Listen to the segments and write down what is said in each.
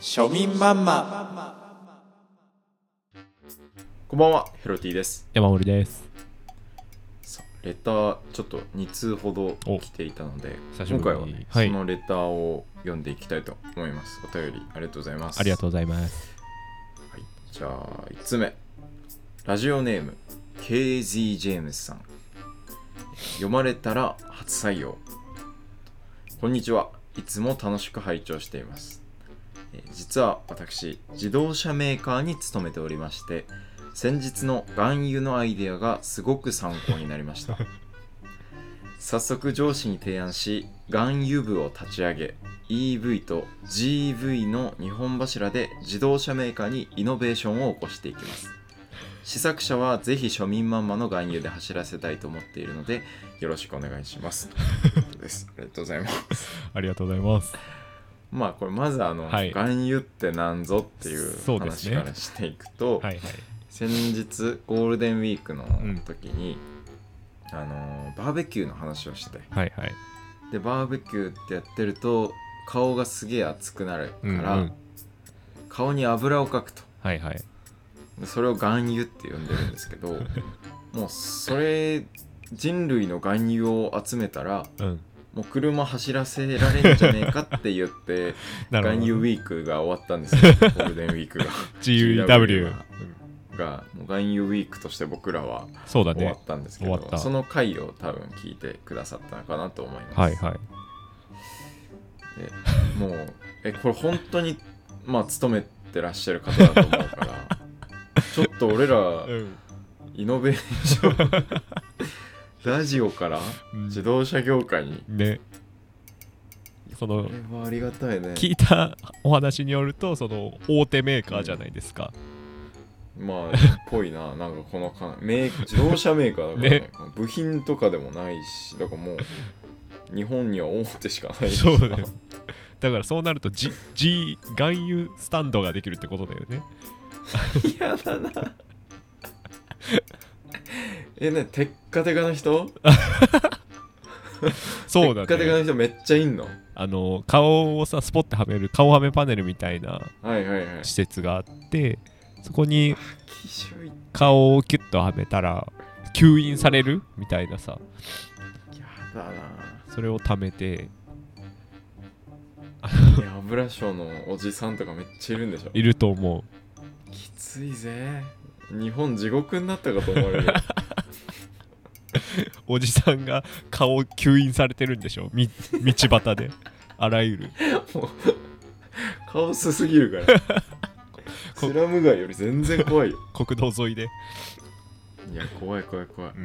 庶民マンマこんばんは、ヘロティです。山森です。さあレター、ちょっと2通ほどお来ていたので、久し今ぶ回りは、にねはいそのレターを読んでいきたいと思います。お便りありがとうございます。ありがとうございます。はい、じゃあ、1つ目。ラジオネーム、KZ ジェームスさん。読まれたら初採用。こんにちは。いつも楽しく拝聴しています。えー実は私、自動車メーカーに勤めておりまして、先日の含油のアイデアがすごく参考になりました。早速上司に提案し、含油部を立ち上げ、EV と GV の2本柱で自動車メーカーにイノベーションを起こしていきます試作車はぜひ庶民マンマの含有で走らせたいと思っているのでよろしくお願いしますということですありがとうございますありがとうございます。まあこれまずあの、はい含有って何ぞっていうそうです話ねからしていくと、はいはい。先日ゴールデンウィークのん時に、あのーバーベキューの話をしてはいはい。でバーベキューってやってると顔がすげえ熱くなるから、うんうん顔に油をかくとはいはい。でそれを含油って呼んでるんですけど もうそれ人類の含油を集めたらうん。もう車走らせられんじゃねえかって言って な含るほ油ど。ウィークが終わったん ですよゴールデンウィークが GUEW。がもう含油ウィークとして僕らはそうだ終わっね。たんですけど、終わったその回を多分聞いてくださったのかなと思います、はいはい。でもうえこれ本当にまあ勤めてらっしゃる方だと思うから ちょっと俺らうん。イノベーションラジオから自動車業界にね。そのこ、れはありがたいね聞いたお話によると、その、大手メーカーじゃないですか。まあっぽいななんかこのかメー自動車メーカーだから、ねね部品とかでもないしだからもう日本には大手しかないしそうだよ。だからそうなると、G、G、含油スタンドができるってことだよね。嫌だなえねテッカテカな人そうテッだカテカね。な人めっちゃいんのあの、顔をさ、スポッてはめる、顔はめパネルみたいなはいはいはい施設があって、そこにきしょい顔をキュッとはめたら吸引されるみたいなさやだなそれを貯めていや油ショーのおじさんとかめっちゃいるんでしょいると思きついぜ日本地獄になったかと思われ るうおじさんが顔を吸引されてるんでしょみ道端 であらゆるもうカオスすぎるからこスラム街より全然怖いよ国道沿いで、いや怖い怖い怖いうん、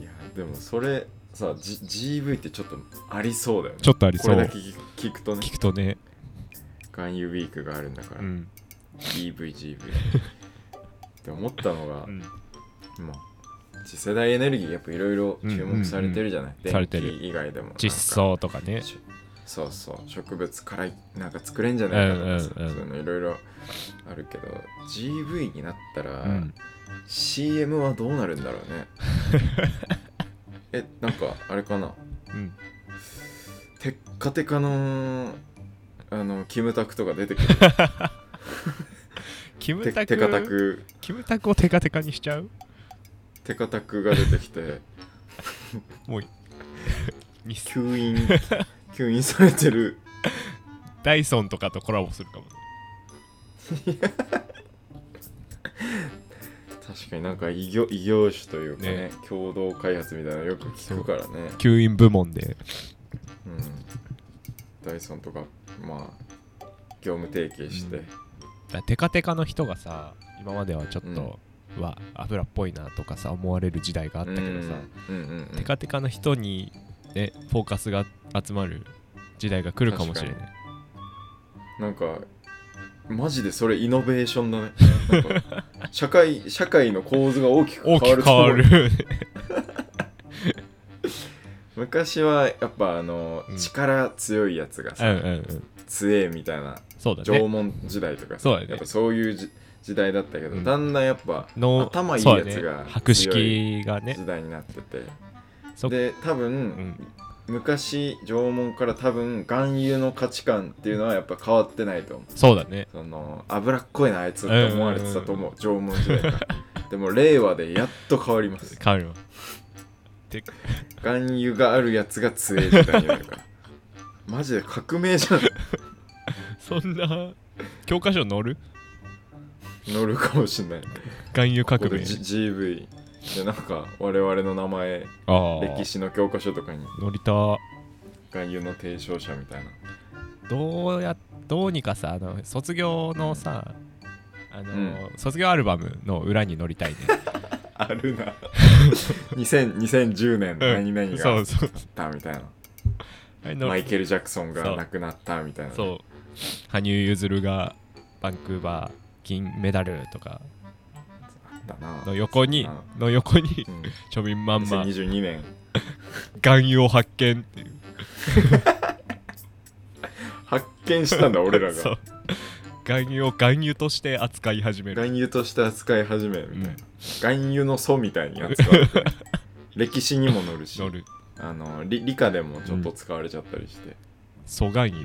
いやでもそれさ、G、v ってちょっとありそうだよねちょっとありこそれだうけ聞く聞くとね聞くとね、含有ウィークがあるんだから、うん、 EVGV って思ったのが、うんもう次世代エネルギーやっぱいろいろ注目されてるじゃない、うんされて電る気以外でもなんか実装とかねしそうそう植物からなんか作れんじゃないかとかさ、うんうんうんそういうのいろいろあるけど GV になったら、うん CM はどうなるん だろうねえなんかあれかなうんテッカテカのあのキムタクとか出てくるキムテタテカタククキムタクをテカテカにしちゃうテカタクが出てきてミス吸 引吸引されてるダイソンとかとコラボするかも確かになんか異業異業種というかねね共同開発みたいなのよく聞くからね吸引部門でうん、ダイソンとかまあ業務提携して、うんだテカテカの人がさ今まではちょっと、うわ油っぽいなとかさ思われる時代があったけどさ、うんうんうんうんテカテカの人に、ね、フォーカスが集まる時代が来るかもしれないなんかマジでそれイノベーションだねなんか社会社会の構図が大きく変大わきるくと変思うわる昔はやっぱあの、うん力強いやつが うんさ、うんうん強えみたいなそうだ縄ね文時代とかさ、そうだねやっぱそういうじ時代だったけど、うんだんだんやっぱの頭いいそうだやつがね、博識がね時代になってて、そで多分、ん昔縄文から多分含有の価値観っていうのはやっぱ変わってないと思うそうだねその脂っこいなあいつって思われてたと思う縄文時代から でも令和でやっと変わります変わりますて含有があるやつが強い時代になるからマジで革命じゃんそんな教科書載る乗るかもしんない含有こ革こで命 G- GV でなんか我々の名前ああ歴史の教科書とかに乗りた含有の提唱者みたいなどうやどうにかさあの卒業のさあの、う卒業アルバムの裏に乗りたいねある な2000 2010年 何々がそあっうそうたみたいな、あれ乗マりイケル・ジャクソンそうが亡くなったみたいなそう羽生結弦がバンクーバー金メダルとかだな、の横にあの横にうん、庶民まんま2022年含有を発見っていう発見したんだ俺ら そがう含有を含有として扱い始める含有として扱い始めみたいなうん含有の祖みたいに扱われ て歴史にも載るし乗るあの理理科でもちょっと使われちゃったりして、素含有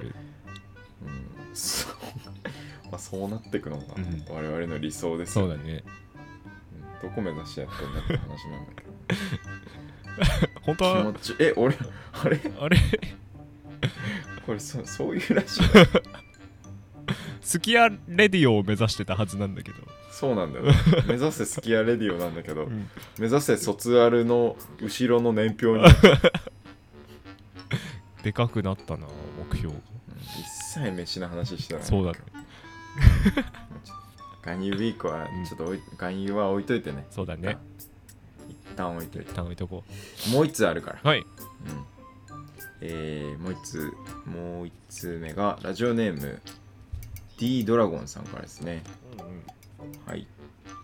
うんそう まあ、そうなってくのがうん我々の理想ですそようだねうんどこ目指してやってんだって話なんだけど本当は気持ちえ俺あれあれ これそそういうらしいスキヤレディオを目指してたはずなんだけど、そうなんだよ、目指せスキアレディオなんだけど、うん目指せ卒アルの後ろの年表に でかくなったな目標が一切飯の話してないそうだね ガニウィークはうんちょっとおい、ガニは置いといてねそうだね一旦置いといて頼みとこもう一つあるからうはいうんえー、もう一つもう一つ目がラジオネーム D ドラゴンさんからですねはい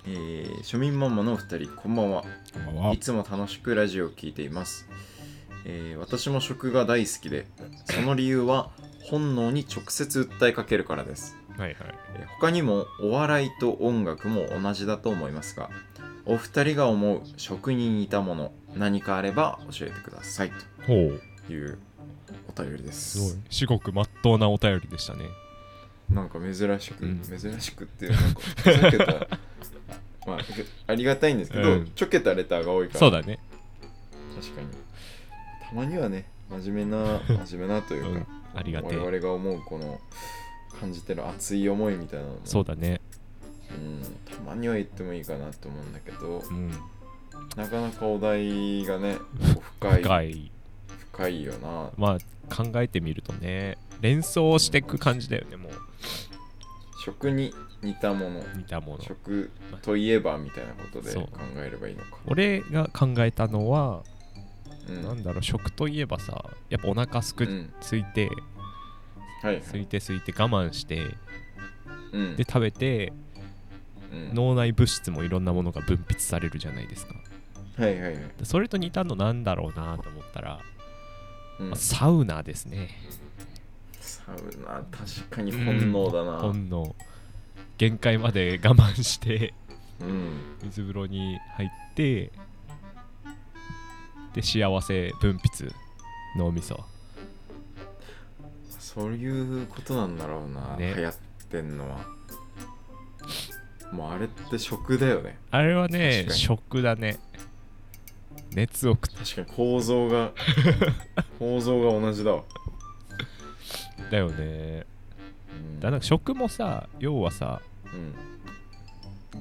えー、庶民ママのお二人こんばんはこんばんはいつも楽しくラジオを聞いています、えー私も食が大好きでその理由は本能に直接訴えかけるからですはいはいえー他にもお笑いと音楽も同じだと思いますがお二人が思う食に似たもの何かあれば教えてくださいほうというお便りですすごい至極まっとうなお便りでしたねなんか珍しく、うん珍しくっていうなんかふざけた まあありがたいんですけど、うんちょけたレターが多いからそうだね確かにたまにはね真面目 な真面目なといううかん、ありがて我え々が思うこの感じてる熱い思いみたいなのもそうだねうん、たまには言ってもいいかなと思うんだけどうんなかなかお題がねこう深い深い深いよなまあ考えてみるとね連想していく感じだよねもう食に似たもの見たもの食といえばみたいなことでそう考えればいいのか俺が考えたのは、うなんんだろう食といえばさやっぱお腹すく、うんついてはいはいすいてすいて我慢してうんで食べてうん脳内物質もいろんなものが分泌されるじゃないですかはいはいはいでそれと似たのなんだろうなと思ったら、うんまあサウナですねサウナ確かに本能だな本能限界まで我慢してうん水風呂に入ってで幸せ分泌脳みそそういうことなんだろうな流ね行ってんのはもうあれって食だよねあれはね確かに食だね熱を食っ確かに構造 が構造が同じだわたよねうんだなんか食もさ要はさうん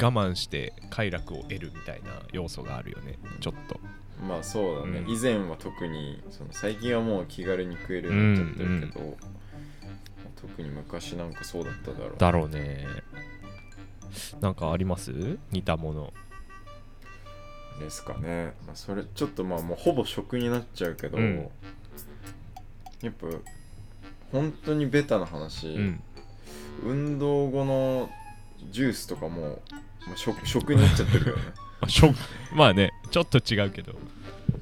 我慢して快楽を得るみたいな要素があるよねちょっとまあそうだね、うん以前は特にその最近はもう気軽に食えるようになっちゃってるけど、まあ特に昔なんかそうだっただろうだろうねなんかあります似たものですかね、まあ、それちょっとまあもうほぼ食になっちゃうけど、うんやっぱ本当にベタな話、うん運動後のジュースとかも、まあ、食食になっちゃってるよ ねまあ食まあねちょっと違うけど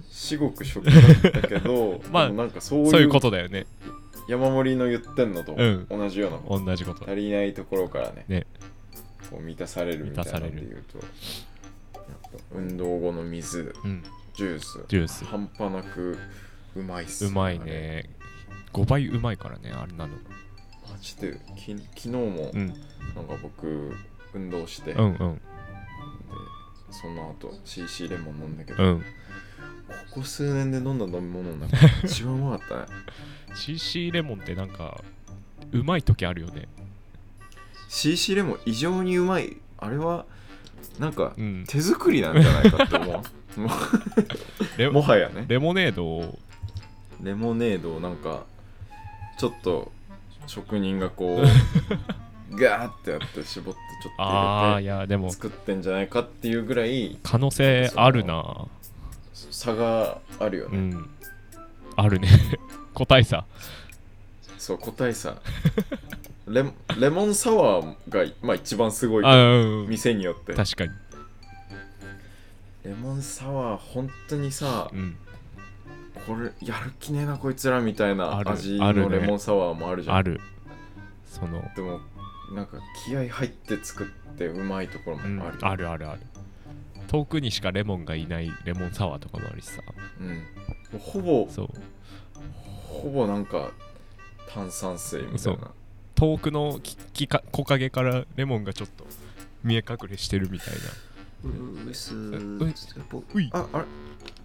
至極食だったけど まあでもなんかそういうそういうことだよね山盛りの言ってんのとうん同じようなこと同じこと足りないところからねねこう満たされるみたいなので言うとやっぱ運動後の水うんジュースジュース半端なくうまいっすうまいね5倍うまいからねあれなの、あれマジでき昨日もうん、なんか僕運動して、うんうんでその後 CC レモン飲んだけど、うここん数年で飲んだ飲み物の 中で一番うまかったね CC レモンってなんかうまい時あるよね CC レモン異常にうまいあれはなんかうん手作りなんじゃないかって思うもレ うもはやねレモネードをレモネードをなんかちょっと職人がこう ガーってやって絞ってちょっとああ入いれやでもて作ってんじゃないかっていうぐらい可能性あるな差があるようね、んあるね 個体差そう個体差レモレモンサワーが、まあ、一番すごいあうん店によって確かにレモンサワー本当にさうんこれやる気ねえなこいつらみたいなある味あるのねレモンサワーもあるじゃんあるそのでもなんか気合入って作ってうまいところうんもある、あるあるある遠くにしかレモンがいないレモンサワーとかもあるしさうん、もうほぼそうほぼなんか炭酸水みたいな遠くのききか木陰からレモンがちょっと見え隠れしてるみたいなうううすうういああれ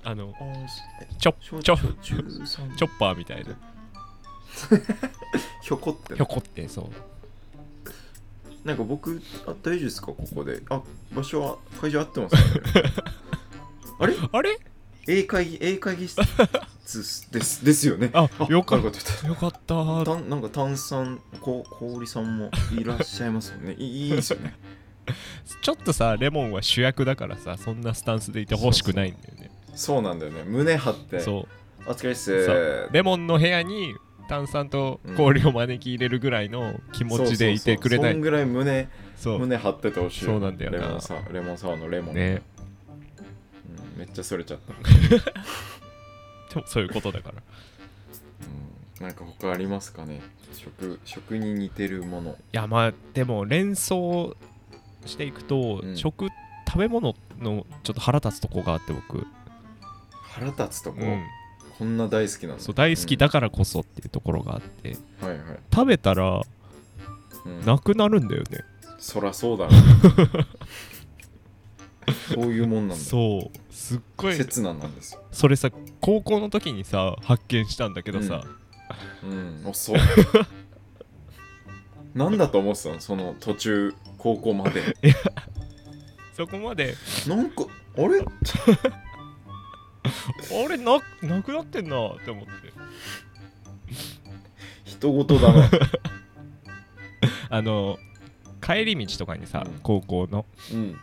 あのあちょしょちょしょちゅうさんチョッパーみたいなひょこってひょこってそうなんか僕あ大丈夫ですかここであ場所は会場合ってますか、ね、あれあれ A 会議 A 会議室ですですですよねあよかっなるほどたよかったたんなんか炭酸こ氷さんもいらっしゃいますもん ねいいいですよねちょっとさレモンは主役だからさそんなスタンスでいてほしくないんだよねそうなんだよね胸張ってそうお疲れっすそうレモンの部屋に炭酸と氷を招き入れるぐらいの気持ちでいてくれそうそうそうないそんぐらい胸そう胸張っててほしいそうなんだよなレモンサワーレモンサワーのレモン、ねうんめっちゃそれちゃった、でもそういうことだからうん、なんか他ありますかね食食に似てるものいやまあでも連想していくと、うん食食べ物のちょっと腹立つとこがあって僕、腹立つとこ、うん、こんな大好きなのそう大好きだからこそっていうところがあって、うんはいはい、食べたらうんなくなるんだよね、そらそう だなそういうもんなんだそうすっごい刹那なんですよ、それさ高校の時にさ発見したんだけどさ、うん、 遅いなんだと思ってたのその途中高校ま でそこまでなんかあれあれななくなってんなって思って人事だな、あの帰り道とかにさ、うん高校のうん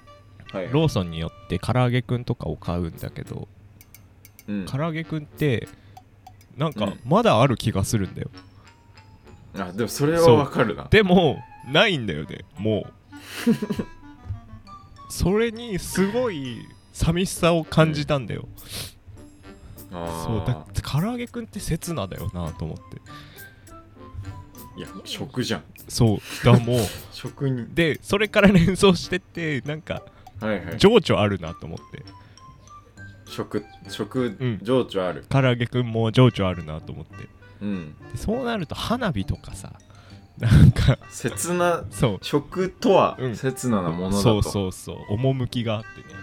はいローソンによって唐揚げくんとかを買うんだけど、うん、唐揚げくんってなんうかんまだある気がするんだよ、あでもそれはそうわかるなでもないんだよねも うそれにすごい寂しさを感じたんだよ、あそうだー唐揚げくんって刹那だよなと思っていや食じゃんそう だもう食にでそれから連想してってなんかはいはい情緒あるなと思って食食うん情緒ある唐揚げくんも情緒あるなと思ってうんでそうなると花火とかさなんか切なそう食とはうん切ななものだと、そうそうそう趣があってね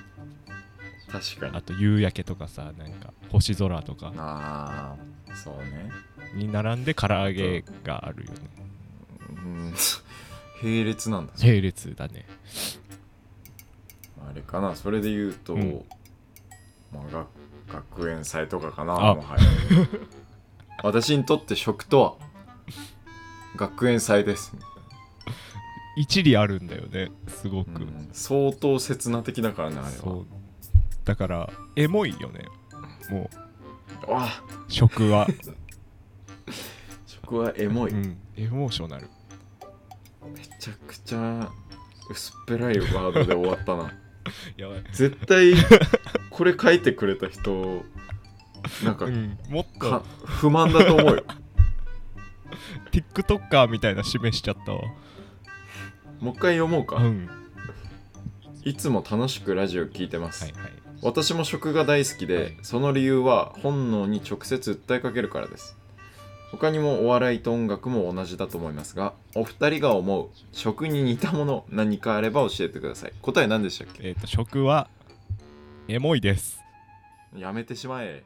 確かにあと夕焼けとかさなんか星空とかああそうねに並んで唐揚げがあるよねうん 並列なんだ並列だねあれかなそれで言うと、うんまあ、が学園祭とかかなあもはや 私にとって食とは学園祭です、一理あるんだよねすごうく、ん、相当切な的だからねあれはそうだからエモいよねもあーう食は、食は エモい、うん、エモーショナルめちゃくちゃ薄っぺらいワードで終わ ったなやばい、絶対これ書いてくれた人なんか,うか、ん、もっと不満だと思うよ TikToker みたいな示しちゃったわもう一回読もうか、うんはいつも楽しくラジオ聞いてます、いはい私も食が大好きで、その理由は本能に直接訴えかけるからです。他にもお笑いと音楽も同じだと思いますが、お二人が思う食に似たもの何かあれば教えてください。答え何でしたっけえっ、と食はエモいですやめてしまえ。